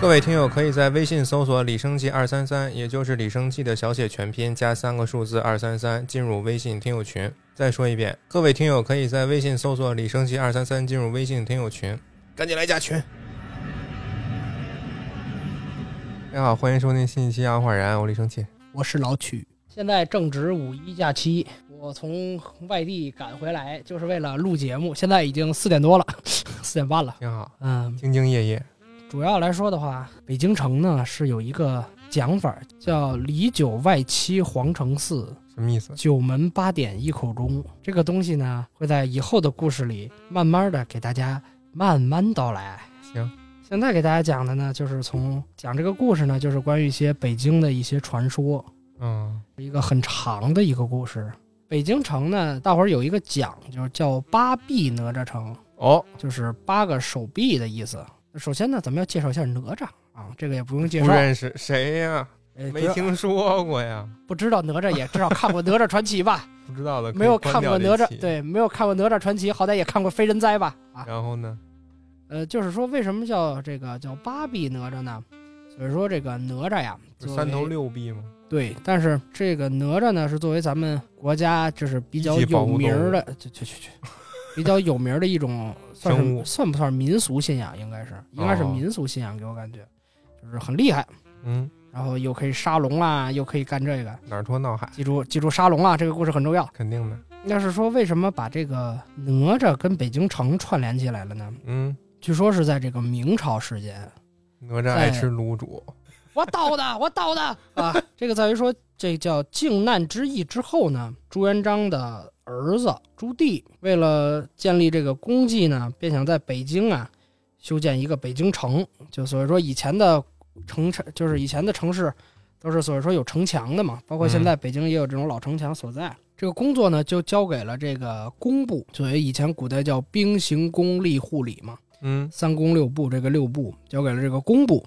各位听友可以在微信搜索“李生记二三三”，也就是李生记的小写全拼加三个数字二三三，进入微信听友群。再说一遍，各位听友可以在微信搜索“李生记二三三”，进入微信听友群，赶紧来加群。大家好，欢迎收听新一期《阿焕然》，我李生气。我是老曲，现在正值五一假期，我从外地赶回来就是为了录节目。现在已经四点多了， 四点半了。挺好，嗯，兢兢业业。主要来说的话，北京城呢是有一个讲法儿叫“里九外七皇城四”，什么意思？九门八点一口钟，这个东西呢，会在以后的故事里慢慢的给大家慢慢道来。行，现在给大家讲的呢，就是从讲这个故事呢，就是关于一些北京的一些传说，嗯，一个很长的一个故事。北京城呢，大伙儿有一个讲究叫八臂哪吒城，哦，就是八个手臂的意思。首先呢，咱们要介绍一下哪吒啊，这个也不用介不绍，认识谁呀？哎没，听说过呀？不知道哪 吒也至少看过《哪吒传奇》吧？不知道的可以没有看关过掉哪这吒，期。对，没有看过哪吒传奇，好歹也看过非人哉吧？啊，然后呢？呃，就是说为什么叫这个叫八臂哪吒呢？所以说这个哪吒呀，不是作三头为六臂吗？对，但是这个哪吒呢，是作为咱们国家就是比较一级保有护名动物儿的，去去去去，比较有名儿的一种，算生物是算不算民俗信仰？应该是，应该是哦民俗信仰，给我感觉就是很厉害，嗯，然后又可以杀龙啦，又可以干这个。哪儿拖闹海，记住，记住杀龙啊！这个故事很重要。肯定的。要是说为什么把这个哪吒跟北京城串联起来了呢？嗯，据说是在这个明朝时间，哪吒在爱吃卤煮，我倒的，我倒的啊！这个在于说，这叫靖难之役之后呢，朱元璋的儿子朱棣为了建立这个功绩呢，便想在北京啊修建一个北京城。就所以说，以前的城城就是以前的城市都是所以说有城墙的嘛，包括现在北京也有这种老城墙所在。这个工作呢，就交给了这个工部，所以以前古代叫兵刑工吏护理嘛。嗯，三公六部这个六部交给了这个工部，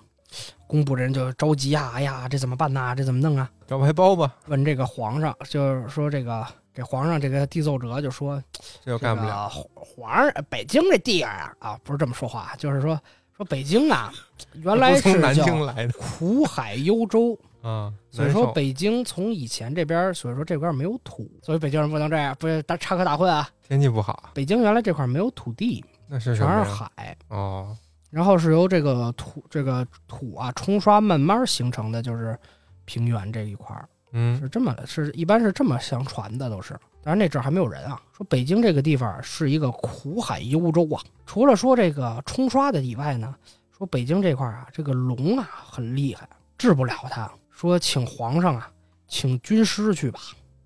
工部人就着急呀，哎呀，这怎么办呐？这怎么弄啊？招牌包吧，问这个皇上，就是说这个给皇上这个帝奏折就说，这又这干不个了。皇皇上北京这地儿啊啊，不是这么说话，就是说说北京啊，原来不从是南京叫来的苦海幽州，啊，所以难说受北京从以前这边，所以说这块没有土，所以北京人不能这样，不是大插科打诨啊。天气不好，北京原来这块没有土地，那是什全么是呀？海。哦，然后是由这个土这个土啊冲刷慢慢形成的，就是平原这一块儿嗯，是这么是一般是这么相传的都是。当然那阵儿还没有人啊，说北京这个地方是一个苦海幽州啊。除了说这个冲刷的以外呢，说北京这块儿啊，这个龙啊很厉害，治不了它。说请皇上啊，请军师去吧。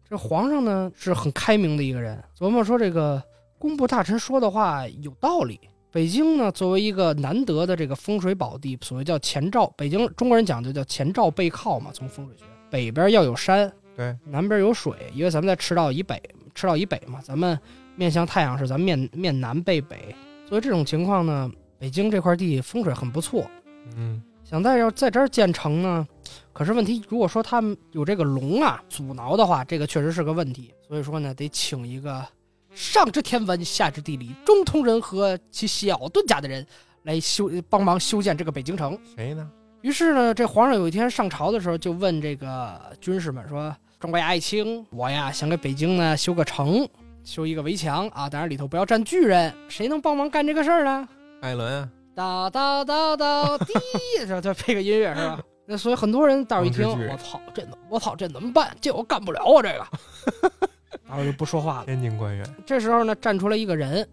这皇上呢是很开明的一个人，琢磨说这个工部大臣说的话有道理。北京呢，作为一个难得的这个风水宝地，所谓叫前兆，北京中国人讲究叫前兆背靠嘛，从风水学，北边要有山，对，南边有水，因为咱们在赤道以北，赤道以北嘛，咱们面向太阳是咱们面面南背北，所以这种情况呢，北京这块地风水很不错，嗯，想在要在这儿建城呢，可是问题，如果说他们有这个龙啊阻挠的话，这个确实是个问题。所以说呢，得请一个上知天文下知地理，中通人和其小遁甲的人来修帮忙修建这个北京城。谁呢？于是呢，这皇上有一天上朝的时候，就问这个军士们说：“庄贵爱卿，我呀想给北京呢修个城，修一个围墙啊，当然里头不要站巨人，谁能帮忙干这个事儿呢？”艾伦啊，哒哒哒哒滴， 这这配个音乐是吧？那所以很多人到时候一听，王之巨人我操，这怎么我操这怎么办？这我干不了啊，这个，然后就不说话了。天津官员，这时候呢，站出来一个人，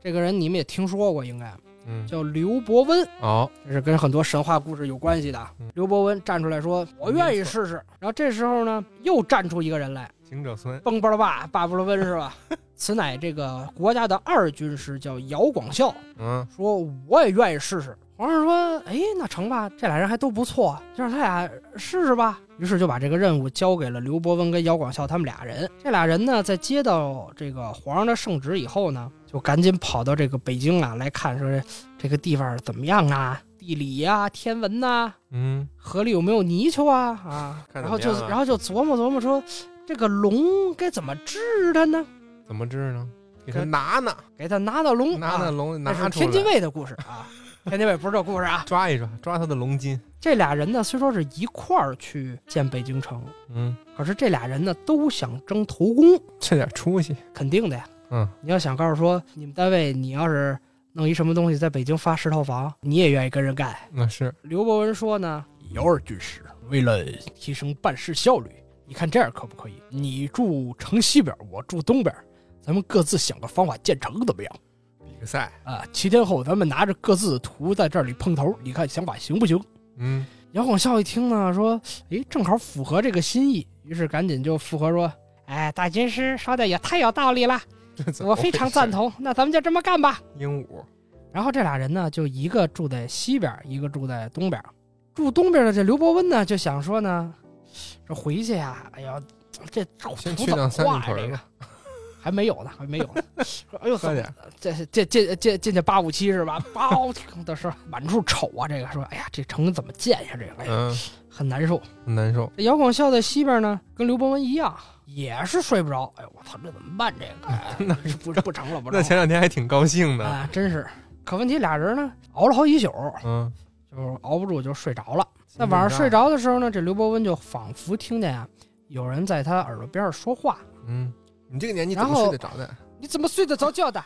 这个人你们也听说过，应该嗯，叫刘伯温，哦，这是跟很多神话故事有关系的啊嗯。刘伯温站出来说：“我愿意试试。”然后这时候呢，又站出一个人来，行者孙，蹦巴拉吧，巴布拉温是吧？此乃这个国家的二军师，叫姚广孝。嗯，说我也愿意试试。皇上说：“哎，那成吧，这俩人还都不错，啊就让他俩试试吧。”于是就把这个任务交给了刘伯温跟姚广孝他们俩人。这俩人呢，在接到这个皇上的圣旨以后呢，就赶紧跑到这个北京啊来看，说这这个地方怎么样啊，地理呀、天文呐、嗯，河里有没有泥鳅啊啊？看怎么样啊然后就然后就琢磨琢磨说，这个龙该怎么治它呢？怎么治呢？给他嗯跟拿呢，给它拿到龙，拿啊那龙那拿是出天津来，卫的故事啊。天津卫不是这故事啊。抓一抓，抓他的龙筋。这俩人呢，虽说是一块儿去建北京城，嗯，可是这俩人呢都想争头功，这点出息，肯定的呀。嗯，你要想告诉说你们单位，你要是弄一什么东西在北京发十套房，你也愿意跟人干。那是刘伯温说呢，以二举十，为了提升办事效率，你看这样可不可以？你住城西边，我住东边，咱们各自想个方法建成，怎么样？比个赛。啊，七天后咱们拿着各自的图在这里碰头，你看想法行不行？嗯，杨广孝一听呢，说：“诶，正好符合这个心意。”于是赶紧就附和说：“哎，大军师说的也太有道理了，这怎么我回非常赞事。同。那咱们就这么干吧。鹦鹉，”然后这俩人呢，就一个住在西边，一个住在东边。住东边的这刘伯温呢，就想说呢，这回去呀、哎呀，这土先怎去趟么三里画呀？屯这儿个吧，还没有呢，还没有呢。说哎呦，怎快么点。这这这这进去八五七是吧？包的时候满处瞅啊，这个说，哎呀，这城怎么建呀？这个哎呀，嗯，很难受。很难受。这姚广孝在西边呢，跟刘伯温一样，也是睡不着。哎呦，我操，这怎么办？这个、哎、那是不不成了，不成那前两天还挺高兴了的。啊，真是。可问题俩人呢，熬了好几宿，嗯，就是熬不住就睡着了。那晚上睡。着的时候呢，这刘伯温就仿佛听见啊，有人在他耳朵边上说话嗯，你这个年纪怎然么后睡得着的？：“你怎么睡得着觉的？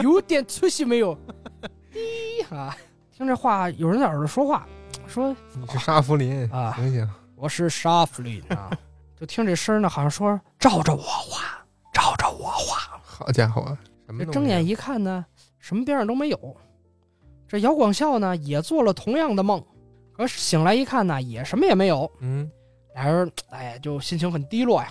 有点出息没有？” 滴啊，听这话，有人在耳朵说话，说你是沙福林啊醒醒。：“我是沙弗林啊。” 就听这声儿呢，好像说：“照着我画，照着我画。”好家伙，什么这东西睁眼一看呢，什么边上都没有。这姚广孝呢，也做了同样的梦，可是醒来一看呢，也什么也没有。嗯，俩人哎，就心情很低落呀。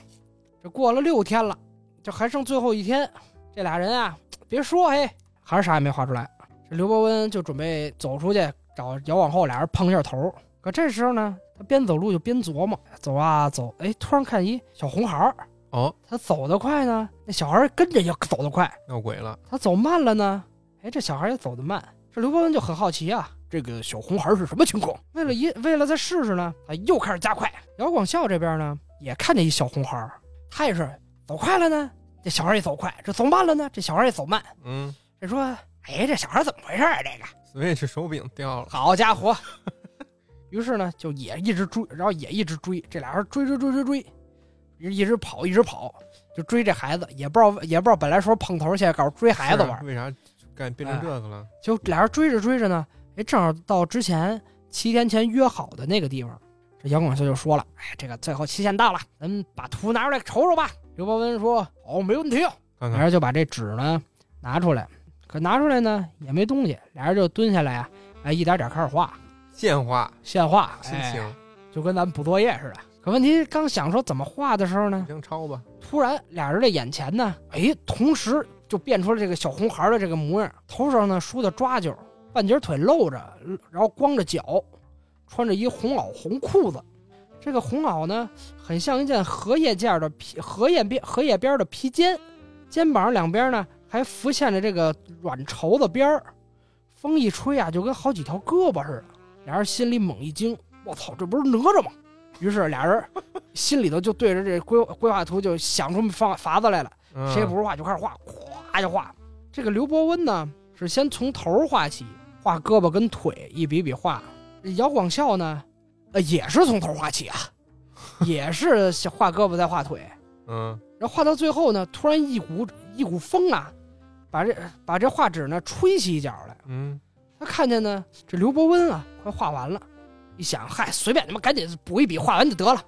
这过了六天了，这还剩最后一天，这俩人啊，别说嘿，还是啥也没画出来。这刘伯温就准备走出去找姚广厚，俩人碰一下头。可这时候呢，他边走路就边琢磨，走啊走，哎，突然看一小红孩儿，哦，他走得快呢，那小孩儿跟着也走得快，闹鬼了。他走慢了呢，哎，这小孩也走得慢。这刘伯温就很好奇啊，这个小红孩是什么情况？为了一为了再试试呢，他又开始加快。姚广孝这边呢，也看见一小红孩，他也是走快了呢，这小孩也走快；这走慢了呢，这小孩也走慢。嗯这说，哎，这小孩怎么回事啊？这个，Switch 手柄掉了。好家伙！于是呢，就也一直追，然后也一直追，这俩人追追追追追，一直跑一直跑，就追这孩子，也不知道也不知道本来说碰头，现在搞追孩子玩哎是啊。为啥干变成这个了？就俩人追着追着呢，哎，正好到之前七天前约好的那个地方。这杨广秀就说了：“哎，这个最后期限到了，咱们把图拿出来瞅瞅吧。”刘伯温说：“好，没问题。”看俩看，人就把这纸呢拿出来，可拿出来呢也没东西，俩人就蹲下来啊，哎，一点点开始画，现画现画，心哎情，就跟咱们补作业似的。可问题刚想说怎么画的时候呢你，先抄吧。突然俩人的眼前呢，哎，同时就变出了这个小红孩的这个模样，头上呢梳的抓阄，半截腿露着，然后光着脚，穿着一红袄红裤子。这个红袄呢，很像一件荷叶件的披荷叶边荷叶边的披肩，肩膀两边呢还浮现着这个软绸子边儿，风一吹啊，就跟好几条胳膊似的。俩人心里猛一惊，我操，这不是哪吒吗？于是俩人心里头就对着这规规划图就想出方法子来了，嗯谁也不是画就开始画，咵就画。这个刘伯温呢是先从头画起，画胳膊跟腿，一笔笔画。这姚广孝呢，呃也是从头画起啊，也是先画胳膊再画腿，嗯，然后画到最后呢，突然一股一股风啊，把这把这画纸呢吹起一角来。嗯，他看见呢，这刘伯温啊，快画完了，一想，嗨，随便他妈赶紧补一笔，画完就得了，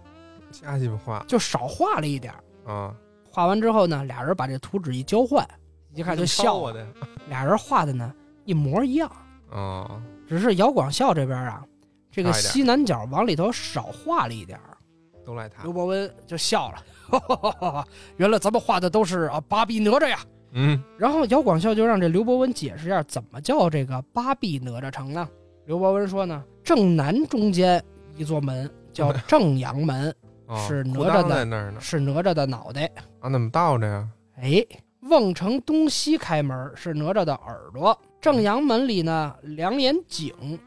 瞎鸡巴画就少画了一点儿。啊！画完之后呢，俩人把这图纸一交换，一看就你怎么抄啊笑我了。的俩人画的呢一模一样，哦，只是姚广孝这边啊，这个差一点啊西南角往里头少画了一点儿。都赖他刘。伯温就笑了， 哈哈哈哈哈，原来咱们画的都是啊八臂哪吒呀。嗯，然后姚广孝就让这刘伯温解释一下怎么叫这个八臂哪吒城呢？刘伯温说呢，正南中间一座门叫正 阳门，哦是哪吒裤裆的在那儿呢是哪吒的脑袋；啊？怎么倒着呀？哎，瓮城东西开门是哪吒的耳朵；正阳门里呢，两眼井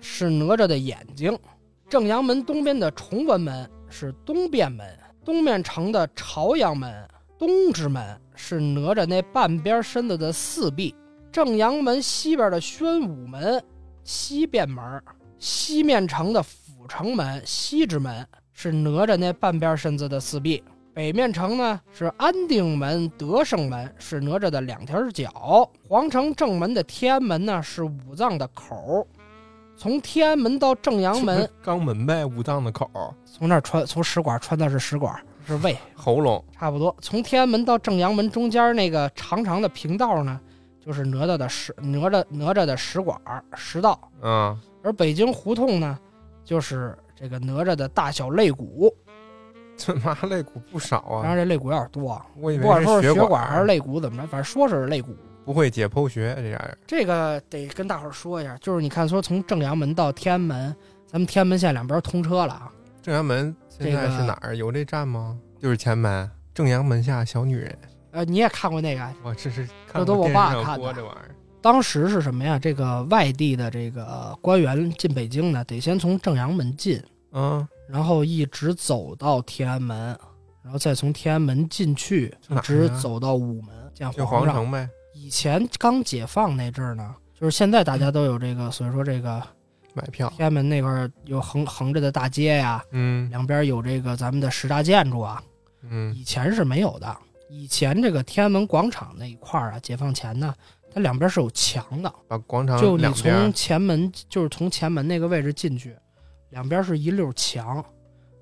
是哪吒的眼睛；正阳门东边的崇文门是东便门；东面城的朝阳门、东直门是哪吒那半边身子的四臂；正阳门西边的宣武门。西便门儿，西面城的阜成门、西直门是哪吒那半边身子的四臂；北面城呢是安定门、德胜门，是哪吒的两条脚；皇城正门的天安门呢是五脏的口儿。从天安门到正阳门，肛门呗，五脏的口儿，从那儿穿从食管穿的是食管，是胃，喉咙，差不多。从天安门到正阳门中间那个长长的平道呢，就是哪吒的食哪吒哪吒的食管儿食道，嗯，而北京胡同呢，就是这个哪吒的大小肋骨。 这妈肋骨不少当然啊，这肋骨有点多啊，我以不管为哦说是血血管还嗯是肋，肋骨怎么着，反正说是肋骨。不会解剖学这样，这个得跟大伙儿说一下，就是你看说从正阳门到天安门，咱们天安门现在两边通车了啊，正阳门现在是哪儿？有这站吗？就是前门，正阳门下小女人。呃，你也看过那个啊，我这是这看都过我电视爸上看播的这玩意儿。当时是什么呀？这个外地的这个官员进北京呢，得先从正阳门进，嗯，然后一直走到天安门，然后再从天安门进去，这一哪儿直啊走到午门见就皇皇上。城呗，以前刚解放那阵儿呢，就是现在大家都有这个，所以说这个买票。天安门那块儿有横横着的大街呀、嗯两边有这个咱们的十大建筑啊，嗯以前是没有的。以前这个天安门广场那一块儿啊，解放前呢，它两边是有墙的，把广场就你两边从儿前门，就是从前门那个位置进去，两边是一溜墙，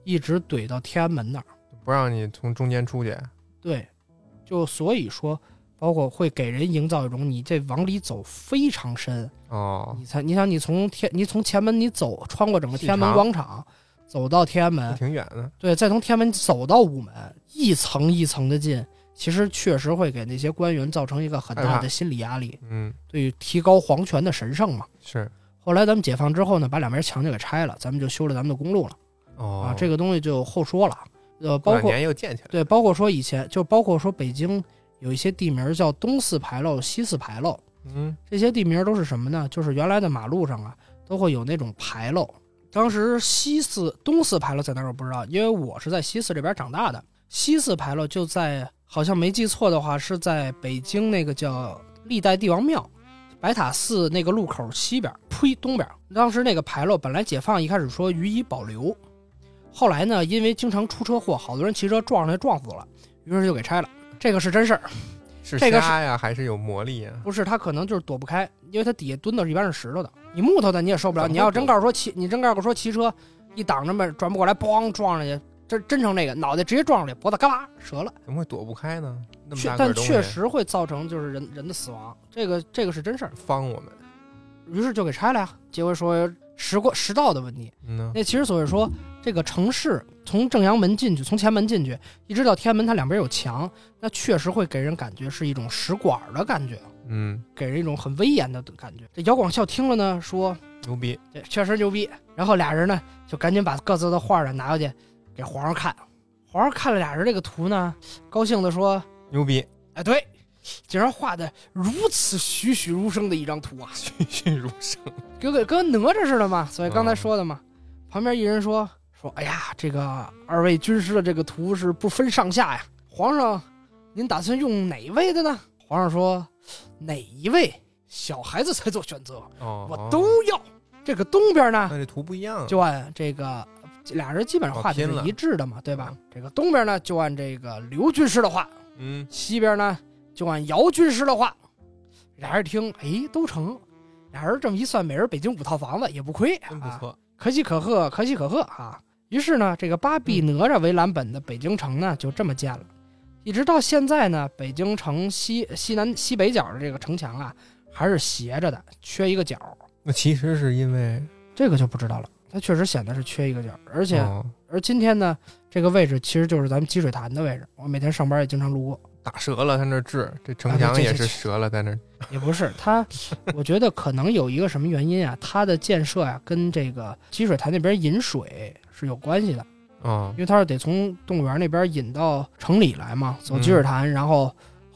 一直怼到天安门那儿。不让你从中间出去。对，就所以说，包括会给人营造一种你这往里走非常深，哦，你才，你想你从天，你从前门你走，穿过整个细天安门长广场，走到天安这门，挺远的。对，再从天安门走到午门，一层一层的进，其实确实会给那些官员造成一个很害大怕的心理压力，嗯，对于提高皇权的神圣嘛。是。后来咱们解放之后呢，把两边墙就给拆了，咱们就修了咱们的公路了哦，啊，这个东西就后说了。呃，过包两括年又建起来。对，包括说以前就包括说北京有一些地名叫东四牌楼、西四牌楼，嗯，这些地名都是什么呢？就是原来的马路上啊，都会有那种牌楼。当时西四、东四牌楼在哪儿我不知道，因为我是在西四这边长大的。西四牌楼就在，好像没记错的话，是在北京那个叫历代帝王庙白塔寺那个路口西边，呸，东边。当时那个牌楼本来解放一开始说予以保留，后来呢，因为经常出车祸，好多人骑车撞上来撞死了，于是就给拆了。这个是真事儿。是这个瞎呀，还是有魔力呀？不是，他可能就是躲不开，因为他底下墩子一般是石头的，你木头的你也受不了。怎么你要会真躲告诉说骑，你真告诉说骑车一挡着门转不过来，咣撞上去，真真成这个脑袋直接撞上去，脖子嘎巴折了。怎么会躲不开呢？那么确大个但儿东西确实会造成就是人人的死亡，这个这个是真事儿。方我们。于是就给拆了呀。结果说时过时道的问题，嗯呢，那其实所以说这个城市从正阳门进去，从前门进去，一直到天安门，它两边有墙，那确实会给人感觉是一种使馆儿的感觉。嗯，给人一种很威严的感觉。这姚广孝听了呢，说牛逼。这确实牛逼。然后俩人呢，就赶紧把各自的画呢拿回去给皇上看。皇上看了俩人这个图呢，高兴地说牛逼，：“ 哎，对，竟然画的如此栩栩如生的一张图啊，栩栩如生。跟跟跟哪吒似的嘛。”所以刚才嗯说的嘛，旁边一人说：“说哎呀，这个二位军师的这个图是不分上下呀。皇上，您打算用哪一位的呢？”皇上说：“哪一位？小孩子才做选择。”哦，我都要。这个东边呢，那这图不一样啊，就按这个俩人基本上画的哦拼是了一致的嘛，对吧？这个东边呢就按这个刘军师的画，嗯，西边呢就按姚军师的画。俩人一听，哎，都成。俩人这么一算，每人北京五套房子也不亏真不啊，错。可喜可贺，可喜可贺啊！于是呢，这个八臂哪吒为蓝本的北京城呢，就这么建了。一直到现在呢，北京城西西南西北角的这个城墙啊，还是斜着的，缺一个角。那其实是因为，这个就不知道了。它确实显得是啊缺一个角儿，而且、哦而今天呢，这个位置其实就是咱们积水潭的位置。我每天上班也经常路过，打折了，他那治这啊城对墙这也这是这折了，在那儿也不是它，我觉得可能有一个什么原因啊，它的建设啊跟这个积水潭那边引水是有关系的，哦因为它是得从动物园那边引到城里来嘛，走嗯积水潭，然后。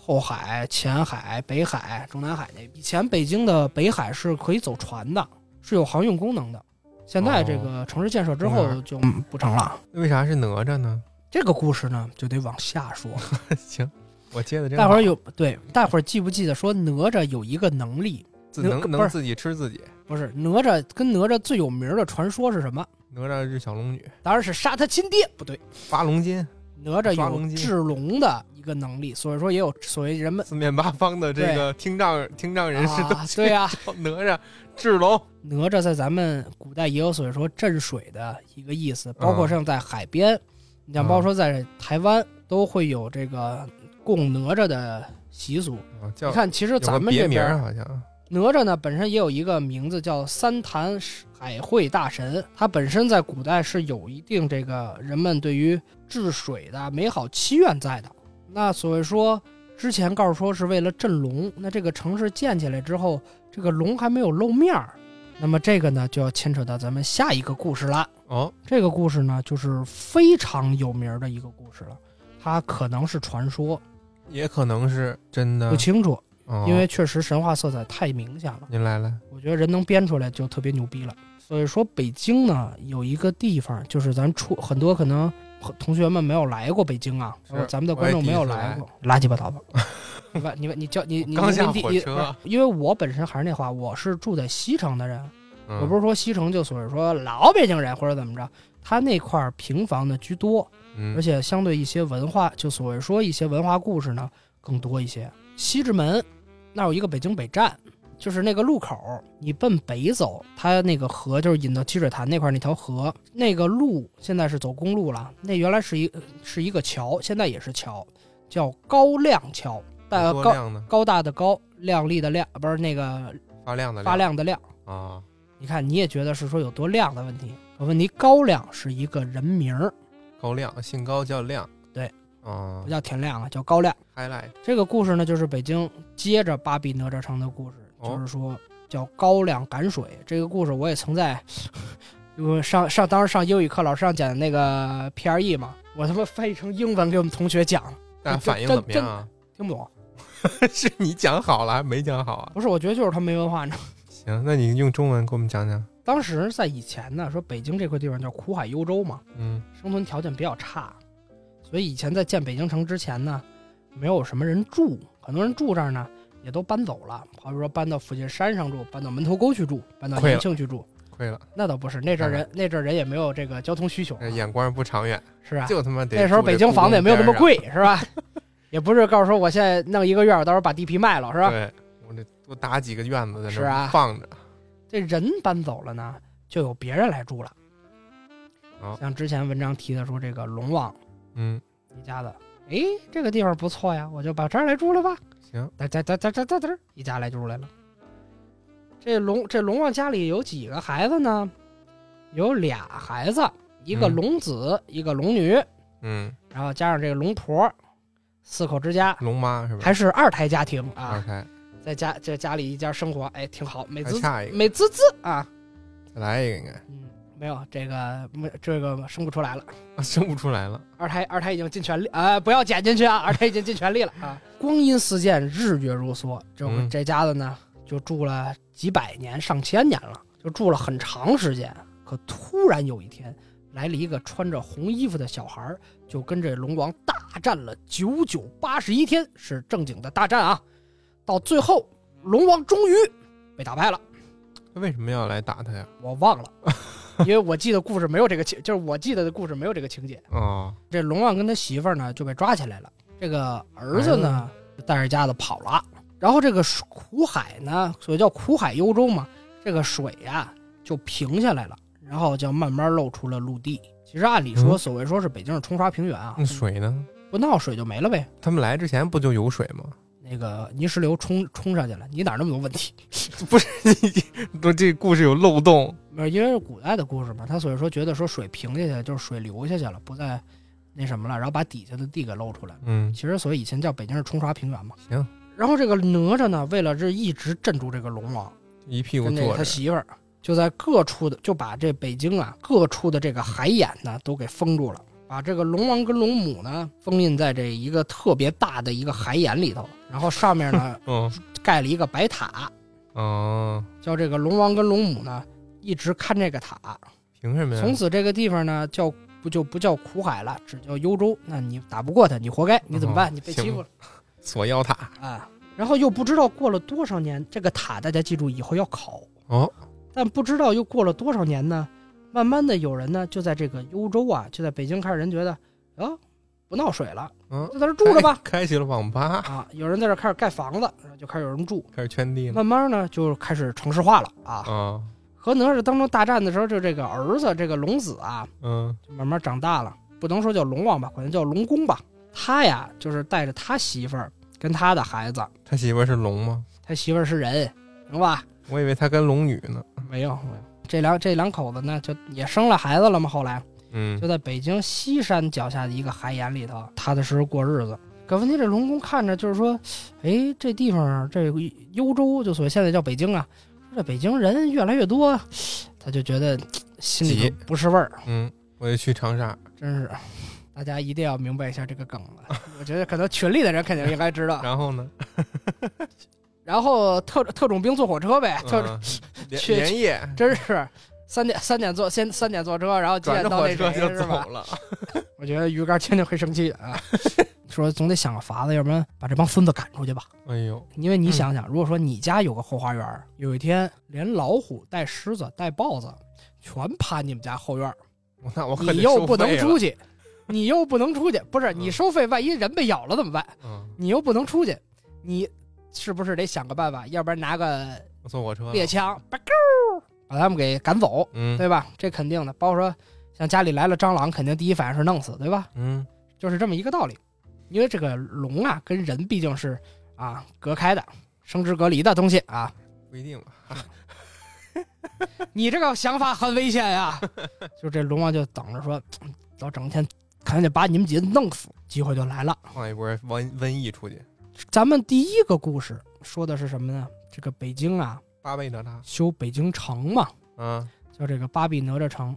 后海、前海、北海、中南海那以前北京的北海是可以走船的，是有航运功能的。现在这个城市建设之公后哦园就不成了。那为啥是哪吒呢？ 这个故事呢，就得往下说。行，我接的真大伙好儿有对，大伙儿记不记得说哪吒有一个能力？自那能个不能是自己吃自己，不不是哪吒跟哪吒最有名的传说是什么？哪吒日小龙女当然是杀他亲爹，不对，发龙筋，哪吒抓龙有筋制龙的一个能力，所以说也有所谓人们四面八方的这个听障听障 人士都啊，哦对呀、叫哪吒、智龙，哪吒在咱们古代也有所谓说镇水的一个意思，包括嗯像在海边，你像包括嗯说在台湾都会有这个供哪吒的习俗。啊叫你看，其实有个咱们别这名边儿儿好像哪吒呢，本身也有一个名字叫三坛海会大神，他本身在古代是有一定这个人们对于治水的美好祈愿在的。那所谓说之前告诉说是为了镇龙，那这个城市建起来之后，这个龙还没有露面儿，那么这个呢就要牵扯到咱们下一个故事啦。哦，这个故事呢就是非常有名儿的一个故事了，它可能是传说，也可能是真的不，清楚，哦因为确实神话色彩太明显了。您来了，我觉得人能编出来就特别牛逼了。所以说，北京呢有一个地方，就是咱出很多可能同学们没有来过北京啊，是然后咱们的观众没有过，垃圾吧倒吧。你把你把你叫你你刚下你火你车不是因为我本身还是那话，我是住在西城的人，嗯我不是说西城就所谓说老北京人或者怎么着，他那块儿平房的居多，嗯而且相对一些文化，就所谓说一些文化故事呢更多一些。西直门那儿有一个北京北站，就是那个路口，你奔北走，它那个河就是引到积水潭那块儿那条河，那个路现在是走公路了，那原来是一是一个桥，现在也是桥，叫高亮桥，大多高哦亮的高大的高，亮丽的亮，不是那个发亮的发亮的亮。啊，你看，你也觉得是说有多亮的问题，可问题高亮是一个人名儿，高亮，姓高叫亮，对，啊不叫田亮啊，叫高亮。 ，highlight，这个故事呢，就是北京接着八臂哪吒城的故事，哦就是说叫高亮赶水。这个故事我也曾在， 我上上当时上英语课，老师让讲的那个 PRE 嘛，我他妈翻译成英文给我们同学讲，大家这反应这怎么样啊？ 听不懂。是你讲好了还没讲好啊？不是，我觉得就是他没文化。你知道吗行，那你用中文给我们讲讲，当时在以前呢，说北京这块地方叫苦海幽州嘛，嗯，生存条件比较差，所以以前在建北京城之前呢，没有什么人住，很多人住这儿呢也都搬走了，好比说搬到附近山上住，搬到门头沟去住，搬到亏了延庆去住。亏了，那倒不是，那阵儿人那阵儿人也没有这个交通需求啊、这眼光不长远，是吧？哎就他妈得那时候住这北京房子也没有那么故宫贵，是吧？ 也不是告诉说我现在弄一个院儿，我到时候把地皮卖了，是边吧？儿啊，对我得多搭几个院子在是那啊儿放着，这人搬走了呢，就有别人来住了。哦像之前文章提的说这个龙王嗯，一家子，诶，这个地方不错呀，我就把这儿来住了吧。行，哒哒哒哒哒哒哒，一家来就出来了。这龙这龙王家里有几个孩子呢？有俩孩子，一个嗯龙子，一个龙女，嗯，然后加上这个龙婆，四口之家，龙妈是吧？还是二胎家庭二啊，胎，在家在家里一家生活，哎，挺好，美嗯还滋滋，差一个，美滋滋啊。再来一个应该嗯，没有这个没这个生不出来了。啊生不出来了，二胎二胎已经尽全力啊、不要剪进去啊！ 二胎已经尽全力了啊！光阴似箭，日月如梭，这嗯这家子呢就住了几百年、上千年了，就住了很长时间。可突然有一天，来了一个穿着红衣服的小孩儿，就跟这龙王大战了九九八十一天，是正经的大战啊！到最后，龙王终于被打败了。他为什么要来打他呀？我忘了，因为我记得故事没有这个情，就是我记得的故事没有这个情节。哦，这龙王跟他媳妇儿呢就被抓起来了，这个儿子呢带着家子跑了。然后这个水苦海呢，所以叫苦海幽州嘛，这个水呀、就平下来了，然后就慢慢露出了陆地。其实按理说，嗯所谓说是北京是冲刷平原啊那，水呢？不闹水就没了呗。他们来之前不就有水吗？ 那个泥石流冲冲上去了，你哪儿那么多问题？ 都这故事有漏洞，不是因为是古代的故事嘛，他所以说觉得说水平下去了，就是水流下去了，不再那什么了，然后把底下的地给露出来了。嗯，其实所以以前叫北京是冲刷平原嘛。行。然后这个哪吒呢，为了这一直镇住这个龙王一屁股跟这坐个他着，媳妇儿，就在各处的就把这北京啊各处的这个海眼呢都给封住了，把这个龙王跟龙母呢封印在这一个特别大的一个海眼里头，然后上 面呢嗯，盖了一个白塔，哦，叫这个龙王跟龙母呢一直看这个塔，凭什么呀？从此这个地方呢叫。不就不叫苦海了，只叫幽州。那你打不过他，你活该，你怎么办？嗯你被欺负了。锁妖塔，啊，然后又不知道过了多少年，这个塔大家记住以后要考哦，但不知道又过了多少年呢，慢慢的有人呢就在这个幽州啊，就在北京开始人觉得，啊，不闹水了，嗯，哎就在这儿住着 吧。开，开启了网吧，啊，有人在这儿开始盖房子，然后就开始有人住，开始圈地了慢慢呢就开始城市化了啊。啊，和哪吒当中大战的时候，就这个儿子这个龙子啊，嗯就慢慢长大了，不能说叫龙王吧，管他叫龙公吧。他呀，就是带着他媳妇儿跟他的孩子，他媳妇儿是龙吗？他媳妇儿是人，行吧？我以为他跟龙女呢。没有，没有。这两这两口子呢，就也生了孩子了嘛。后来嗯就在北京西山脚下的一个海眼里头，踏踏实实过日子。可问题这龙宫看着就是说，哎，这地方这幽州，就所谓现在叫北京啊，说这北京人越来越多，他就觉得心里急头不是味儿。嗯，我得去长沙，真是，大家一定要明白一下这个梗了。我觉得可能群里的人肯定应该 知道。然后呢？然后特特种兵坐火车呗， 就是嗯连去连夜真是三点三点坐先三点坐车，然后几转点着到火那车谁就是走吧？了。我觉得鱼竿天天会生气的啊， 说总得想个法子，要不然把这帮孙子赶出去吧。哎呦，因为你想想，如果说你家有个后花园儿，有一天连老虎、带狮子、带豹子全趴你们家后院儿，那我可得你又收不能费了出去，你又不能出去，不是你嗯收费，万一人被咬了怎么办？嗯，你又不能出去，你是不是得想个办法？要不然拿个我坐火车了。猎枪，叭勾，把他们给赶走，嗯对吧？这肯定的。包括说，像家里来了蟑螂，肯定第一反应是弄死，对吧？嗯就是这么一个道理。因为这个龙啊，跟人毕竟是啊隔开的、生殖隔离的东西啊。不一定吧。你这个想法很危险呀、就这龙王就等着说，老整天看见把你们几个弄死，机会就来了。放一波瘟瘟疫出去，咱们第一个故事说的是什么呢？这个北京啊，巴贝德拉，修北京城嘛，嗯叫这个巴比哪吒城。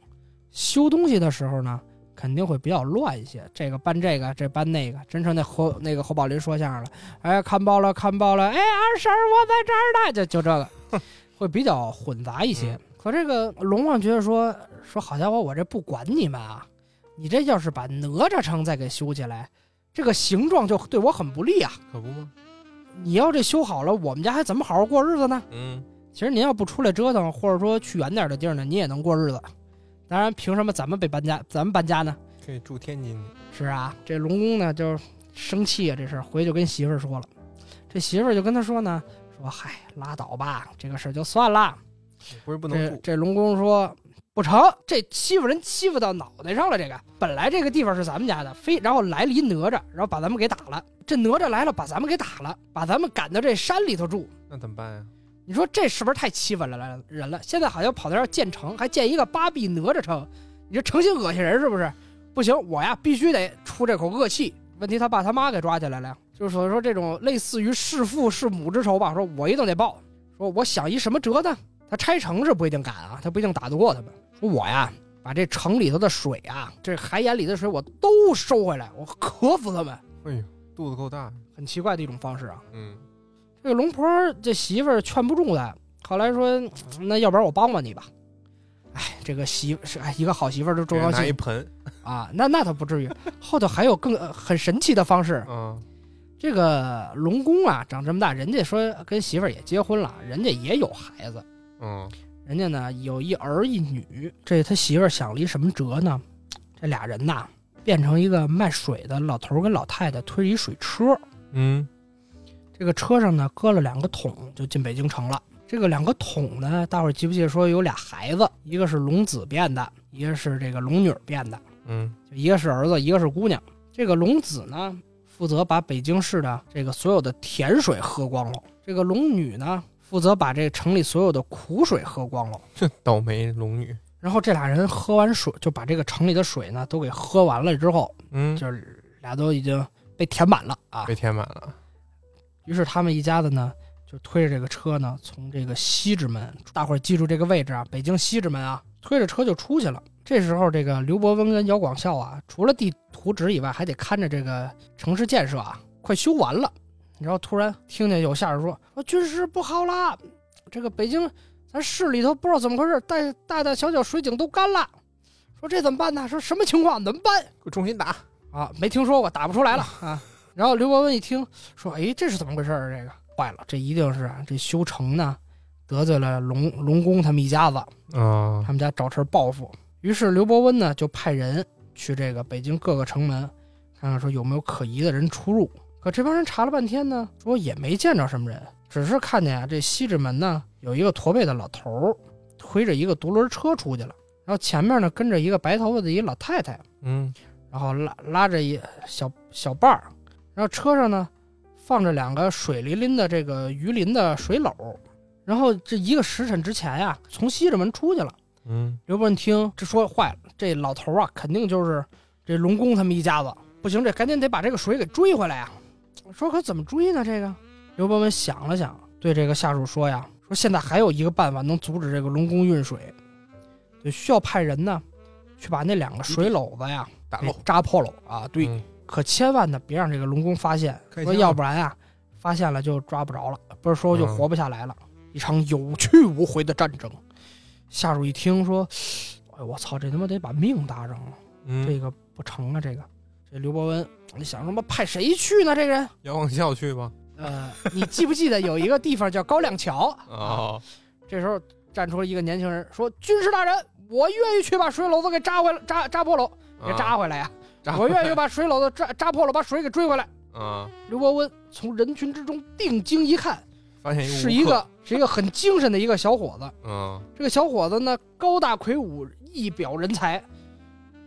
修东西的时候呢，肯定会比较乱一些，这个搬这个，这搬那个，真成那侯那个侯宝林说相声了，哎，看报了，看报了，哎，二婶儿，我在这儿呢，就就这个，会比较混杂一些。嗯可这个龙王觉得说说，好家伙，我这不管你们啊，你这要是把哪吒城再给修起来，这个形状就对我很不利啊。可不吗？你要这修好了，我们家还怎么好好过日子呢？嗯，其实您要不出来折腾，或者说去远点的地儿呢，你也能过日子。当然，凭什么咱们被搬家，咱们搬家呢？可以住天津去。是啊，这龙宫呢就生气啊，这事儿回去就跟媳妇儿说了。这媳妇儿就跟他说呢，说嗨，拉倒吧，这个事儿就算了。不是不能这住，这龙宫说不成，这欺负人欺负到脑袋上了。这个本来这个地方是咱们家的，非然后来了一哪吒，然后把咱们给打了。这哪吒来了，把咱们给打了，把咱们赶到这山里头住。那怎么办呀？你说这是不是太欺负人了人了？现在好像跑到这儿建城，还建一个八臂哪吒城，你这诚心恶心人是不是？不行，我呀必须得出这口恶气。问题他爸他妈给抓起来了呀，就是所以说这种类似于弑父弑母之仇吧，说我一定得报。说我想一什么辙呢？他拆城是不一定敢啊，他不一定打得过他们。说我呀，把这城里头的水啊，这海眼里的水我都收回来，我渴死他们。哎呦，肚子够大。很奇怪的一种方式啊。嗯，这个龙婆儿这媳妇儿劝不住他，后来说：“那要不然我帮帮你吧。”哎，这个媳是哎一个好媳妇儿就重给高人拿一兴盆，啊，那那倒不至于。后头还有更、呃很神奇的方式。嗯这个龙宫啊，长这么大，人家说跟媳妇儿也结婚了，人家也有孩子，嗯，人家呢有一儿一女。这他媳妇儿想了一什么辙呢？这俩人呐，变成一个卖水的老头儿跟老太太推一水车，嗯，这个车上呢搁了两个桶，就进北京城了。这个两个桶呢，大伙儿记不记得说有俩孩子，一个是龙子变的，一个是这个龙女儿变的，嗯，就一个是儿子，一个是姑娘。这个龙子呢，负责把北京市的这个所有的甜水喝光了；这个龙女呢，负责把这城里所有的苦水喝光了。这倒霉龙女，然后这俩人喝完水，就把这个城里的水呢都给喝完了之后，嗯，就是俩都已经被填满了啊。被填满了。于是他们一家子呢，就推着这个车呢，从这个西直门，大伙儿记住这个位置啊，北京西直门啊，推着车就出去了。这时候，这个刘伯温跟姚广孝啊，除了地图纸以外，还得看着这个城市建设啊，快修完了。然后突然听见有下人说：“说军师不好啦，这个北京咱市里头不知道怎么回事，大大大小小水井都干了。”说这怎么办呢？说什么情况？怎么办？给我重新打，啊，没听说过，打不出来了啊。然后刘伯温一听说，哎，这是怎么回事儿啊？这个坏了，这一定是啊这修城呢，得罪了龙龙公他们一家子，啊他们家找事儿报复。于是刘伯温呢就派人去这个北京各个城门，看看说有没有可疑的人出入。可这帮人查了半天呢，说也没见着什么人，只是看见啊这西直门呢有一个驼背的老头儿推着一个独轮车出去了，然后前面呢跟着一个白头发的一老太太，嗯然后拉拉着一小小伴儿，然后车上呢放着两个水淋淋的这个鱼鳞的水篓，然后这一个时辰之前呀、从西直门出去了。嗯刘伯温听这说坏了，这老头儿啊，肯定就是这龙宫他们一家子。不行，这赶紧得把这个水给追回来呀、说可怎么追呢？这个刘伯温想了想，对这个下属说呀：“说现在还有一个办法能阻止这个龙宫运水，就需要派人呢去把那两个水篓子呀打给漏哎扎破了啊！对，哎嗯可千万呢别让这个龙宫发现，开说枪要了不然啊发现了就抓不着了，不是说就嗯活不下来了。一场有去无回的战争。下属一听说，哎我操，这他妈得把命搭上了，啊嗯，这个不成啊，这个这刘伯温，你想他妈派谁去呢？这个人，遥望校去吧。呃，你记不记得有一个地方叫高亮桥？哦，这时候站出了一个年轻人，说：“军师大人，我愿意去把水篓子给扎回来，扎扎破喽，给扎啊回来呀、扎我愿意把水篓子扎扎破了，把水给追回来。”啊，刘伯温从人群之中定睛一看，发现是一一乌克个是一个很精神的一个小伙子。嗯，这个小伙子呢，高大魁梧，一表人才。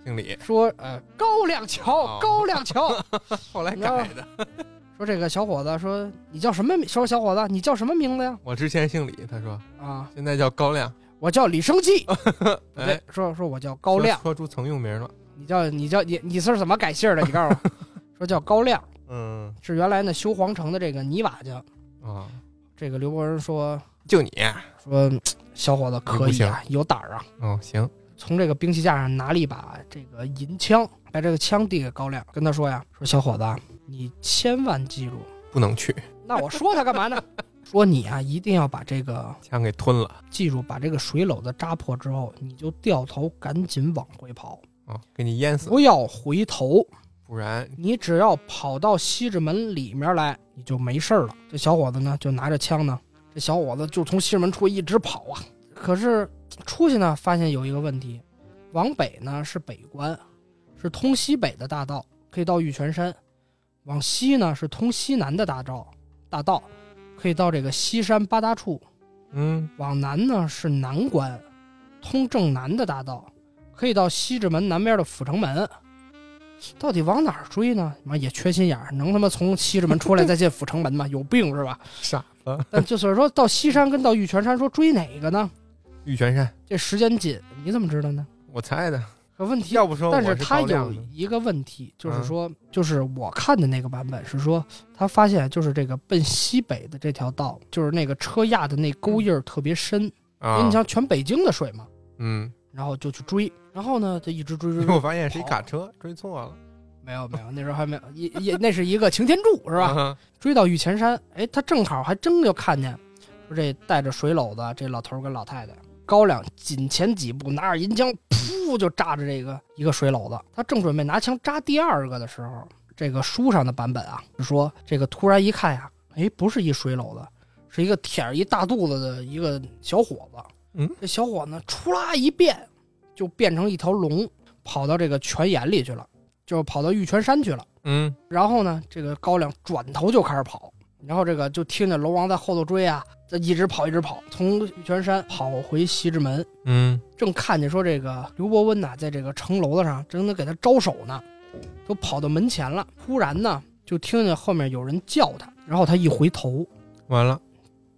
姓李，说，呃，高亮哦桥，高亮桥。 后来改的。说这个小伙子说，你叫什么名？说小伙子，你叫什么名字呀？我之前姓李，他说啊，现在叫高亮，我叫李生基。不哎对，，说说我叫高亮。说说出曾用名了。你叫你叫你你是怎么改姓的？你告诉 我。说叫高亮，嗯是原来呢修皇城的这个泥瓦匠。啊，这个刘伯温说就你啊说，小伙子可以啊，有胆儿啊。哦，行，从这个兵器架上拿了一把这个银枪，把这个枪递给高亮，跟他说呀：“说小伙子啊，你千万记住，不能去，那我说他干嘛呢？ 说你啊，一定要把这个枪给吞了记住，把这个水篓子扎破之后，你就掉头赶紧往回跑，啊，给你淹死，不要回头。不然你只要跑到西直门里面来，你就没事儿了。”这小伙子呢，就拿着枪呢，这小伙子就从西直门处一直跑啊。可是出去呢，发现有一个问题，往北呢是北关，是通西北的大道，可以到玉泉山；往西呢是通西南的大道，大道可以到这个西山八大处；嗯往南呢是南关，通正南的大道，可以到西直门南边的阜成门。到底往哪儿追呢？妈也缺心眼儿，能他妈从西直门出来再进阜成门吗？ 有病是吧？傻子。但就是说到西山跟到玉泉山，说追哪个呢？玉泉山，这时间紧，你怎么知道呢？我猜的，可问 题，要不说但我是他高亮有的一个问嗯题，就是说，就是我看的那个版本是说，他发现就是这个奔西北的这条道，就是那个车压的那沟印儿特别深，因为嗯啊你，像全北京的水嘛，嗯，然后就去追，然后呢就一直追追结 果追，发现是一卡 车，追错了没有没有，那时候还没有，也也那是一个擎天柱是吧？吧？追到玉泉山，哎，他正好还真就看见，说这带着水篓子这老头儿跟老太太，高亮紧前几步，拿着银枪，噗就扎着这个一个水篓子。他正准备拿枪扎第二个的时候，这个书上的版本啊是说，这个突然一看呀、哎，不是一水篓子，是一个舔着一大肚子的一个小伙子。嗯，这小伙呢，出啦一变，就变成一条龙，跑到这个泉眼里去了，就跑到玉泉山去了。嗯然后呢，这个高亮转头就开始跑，然后这个就听见龙王在后头追啊，这一直跑一直跑，从玉泉山跑回西直门，嗯正看见说这个刘伯温呐、在这个城楼子上正在给他招手呢，都跑到门前了，突然呢就听见后面有人叫他，然后他一回头完了，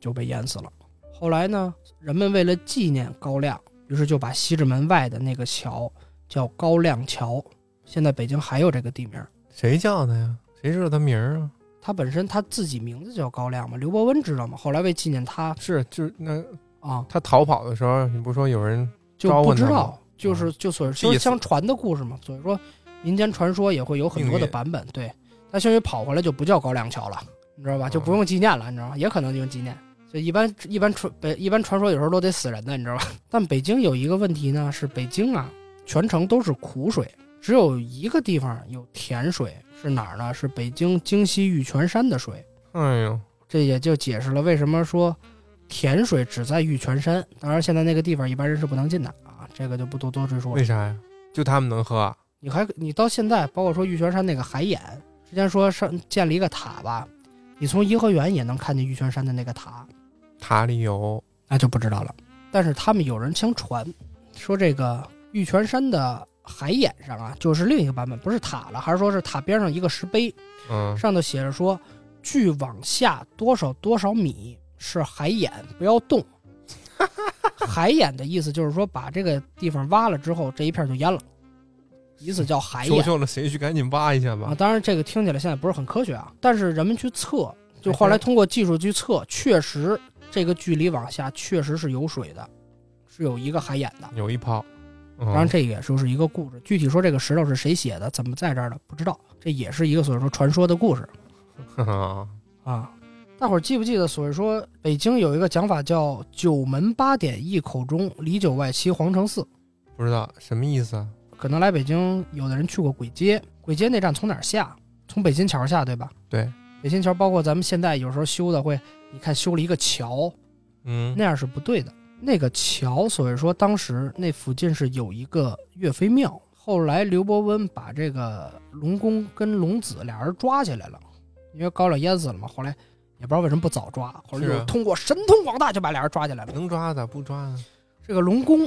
就被淹死了。后来呢，人们为了纪念高亮，于是就把西直门外的那个桥叫高亮桥，现在北京还有这个地名。谁叫他呀？谁知道他名儿啊？他本身他自己名字叫高亮嘛，刘伯温知道吗？后来为纪念他是，就是那啊，他逃跑的时候，你不是说有人就招不问知他吗嗯道，就是就所以意说思相传的故事嘛，所以说民间传说也会有很多命的运版本。对，他相当于跑回来就不叫高亮桥了，你知道吧？就嗯不用纪念了，你知道吗？也可能就用纪念。所以一般一般传北一般传说有时候都得死人的，你知道吧？ 但北京有一个问题呢，是北京啊，全城都是苦水，只有一个地方有甜水，是哪儿呢？是北京京西玉泉山的水。哎呦，这也就解释了为什么说甜水只在玉泉山，当然现在那个地方一般人是不能进的啊，这个就不多多赘述了为。啥呀？就他们能喝啊？你还你到现在，包括说玉泉山那个海眼，之前说上建了一个塔吧，你从颐和园也能看见玉泉山的那个塔，塔里有那就不知道了。但是他们有人相传，说这个玉泉山的海眼上啊，就是另一个版本，不是塔了，还是说是塔边上一个石碑，嗯上头写着说，距往下多少多少米是海眼，不要动。海眼的意思就是说，把这个地方挖了之后，这一片就淹了，以此叫海求眼。求了，谁去赶紧挖一下啊，吧？当然这个听起来现在不是很科学啊，但是人们去测，就后来通过技术去测，确实这个距离往下确实是有水的，是有一个海眼的。有一泡，当然嗯，这也就是一个故事，具体说这个石头是谁写的，怎么在这儿的不知道，这也是一个所谓说传说的故事 啊。大伙儿记不记得，所谓说北京有一个讲法叫“九门八点一口钟，里九外七皇城寺不知道什么意思啊？”。可能来北京，有的人去过簋街，簋街那站从哪儿下？从北新桥下，对吧？对，北新桥包括咱们现在有时候修的会，你看修了一个桥，嗯那样是不对的。那个桥，所以说当时那附近是有一个岳飞庙，后来刘伯温把这个龙公跟龙子俩人抓起来了，因为高老淹死了嘛。后来也不知道为什么不早抓，后来是啊就通过神通广大就把俩人抓起来了。能抓咋不抓呢？这个龙公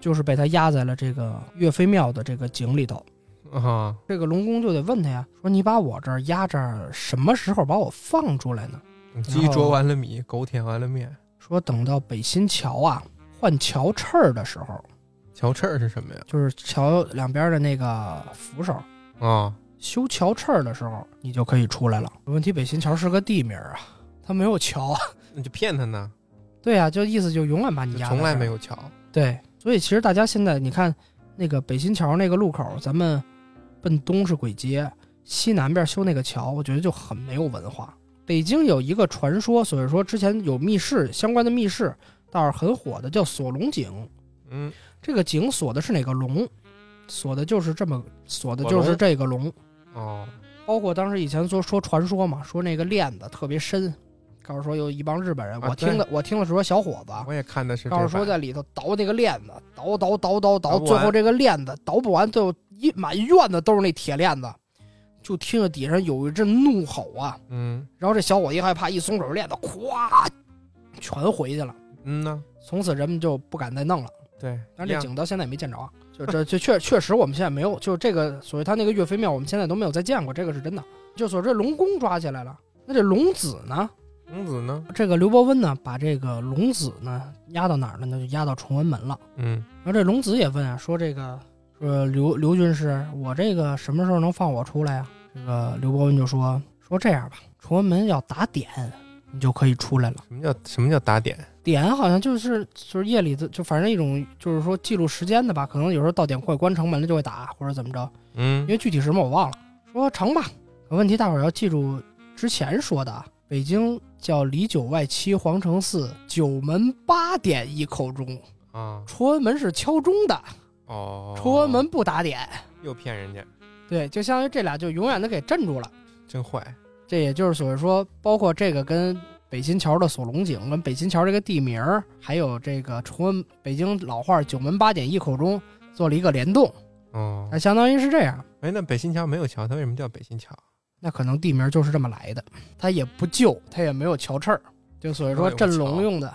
就是被他压在了这个岳飞庙的这个井里头。啊，这个龙公就得问他呀，说你把我这儿压这儿，什么时候把我放出来呢？鸡啄完了米，狗舔完了面，说等到北新桥啊换桥翅儿的时候，瞧翅儿是什么呀？就是桥两边的那个扶手啊，修桥翅儿的时候，你就可以出来了。问题北新桥是个地名儿啊，它没有桥啊。 那就骗他呢，对啊，就意思就永远把你就压在从来这儿没有瞧。对，所以其实大家现在你看那个北新桥那个路口，咱们奔东是簋街，西南边修那个桥，我觉得就很没有文化。北京有一个传说，所以说之前有密室相关的密室，倒是很火的，叫锁龙井。嗯，这个井锁的是哪个龙？锁的就是这么锁的就火是龙这个龙。哦，包括当时以前说说传说嘛，说那个链子特别深，告诉说有一帮日本人，啊我听的我听的是说小伙子，我也看的是这啊告诉说版在里头倒那个链子，倒倒倒倒倒，倒不完最后这个链子倒不完，最后一满院子都是那铁链子，就听着底下有一阵怒吼啊，嗯然后这小伙一害怕，一松手链子，咵，全回去了。嗯呢，从此人们就不敢再弄了。对，但一是这样井到现在也没见着啊。 就这这确确实我们现在没有，就这个所谓他那个岳飞庙，我们现在都没有再见过，这个是真的。就所谓这龙宫抓起来了，那这龙子呢？公子呢？这个刘伯温呢，把这个龙子呢押到哪儿了呢？就押到崇文门了。嗯，然后这龙子也问啊，说这个说刘刘军师，我这个什么时候能放我出来呀、这个刘伯温就说说这样吧，崇文门要打点，你就可以出来了。什么叫什么叫打点？点好像就是就是夜里的，就反正一种就是说记录时间的吧，可能有时候到点快关城门了就会打，或者怎么着，嗯因，为具体什么我忘了。说成吧，可问题大伙儿要记住之前说的，啊，北京叫里九外七皇城寺九门八点一口钟，啊，崇文门是敲钟的，哦，崇文门不打点，又骗人家，对，就相当于这俩就永远的给镇住了。真坏。这也就是所谓说，包括这个跟北新桥的锁龙井、跟北新桥这个地名儿，还有这个崇文北京老话儿“九门八点一口钟”做了一个联动，哦那，相当于是这样。哎，那北新桥没有桥，它为什么叫北新桥？那可能地名就是这么来的，它也不旧，它也没有桥翅儿，就所以说镇龙用的。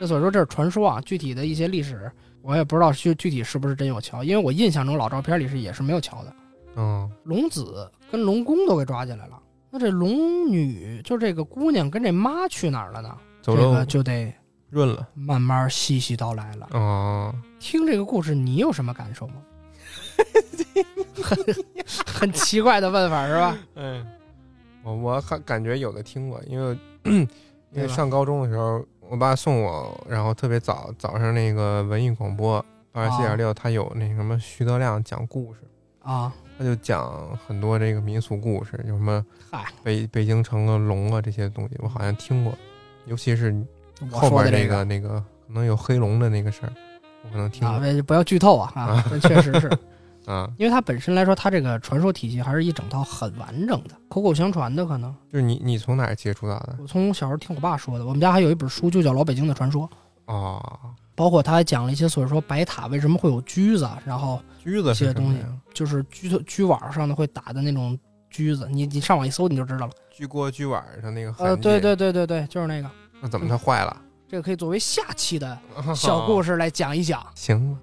这所以说这是传说啊，具体的一些历史我也不知道具具体是不是真有桥，因为我印象中老照片里是也是没有桥的。嗯，龙子跟龙公都给抓起来了，那这龙女就这个姑娘跟这妈去哪儿了呢？走这喽个，就得润了。慢慢细细道来了。哦， 听这个故事，你有什么感受 吗？很很奇怪的问法 是吧？哎，我我还感觉有的听过，因为因对为吧上高中的时候，我爸送我，然后特别早早上那个文艺广播八十四哦点六，它有那什么徐德亮讲故事，啊，他就讲很多这个民俗故事，有什么嗨，北北京城啊、龙啊这些东西，我好像听过，尤其是嗯我后说边的那个那这个可能有黑龙的那个事儿，我可能听啊过。，不要剧透啊啊，这确实是。啊，因为它本身来说，它这个传说体系还是一整套很完整的，口口相传的。可能就是你你从哪儿接触到的？我从小时候听我爸说的，我们家还有一本书就叫《老北京的传说》，哦，包括他还讲了一些，所以说白塔为什么会有驹子，啊然后橘子这是些什东么西呀？就是驹驹网上的会打的那种驹子，你你上网一搜你就知道了。居锅居碗上那个呃，痕迹对，嗯对对对对，就是那个，那怎么它坏了？这个可以作为下期的小故事事来讲一讲。行吧，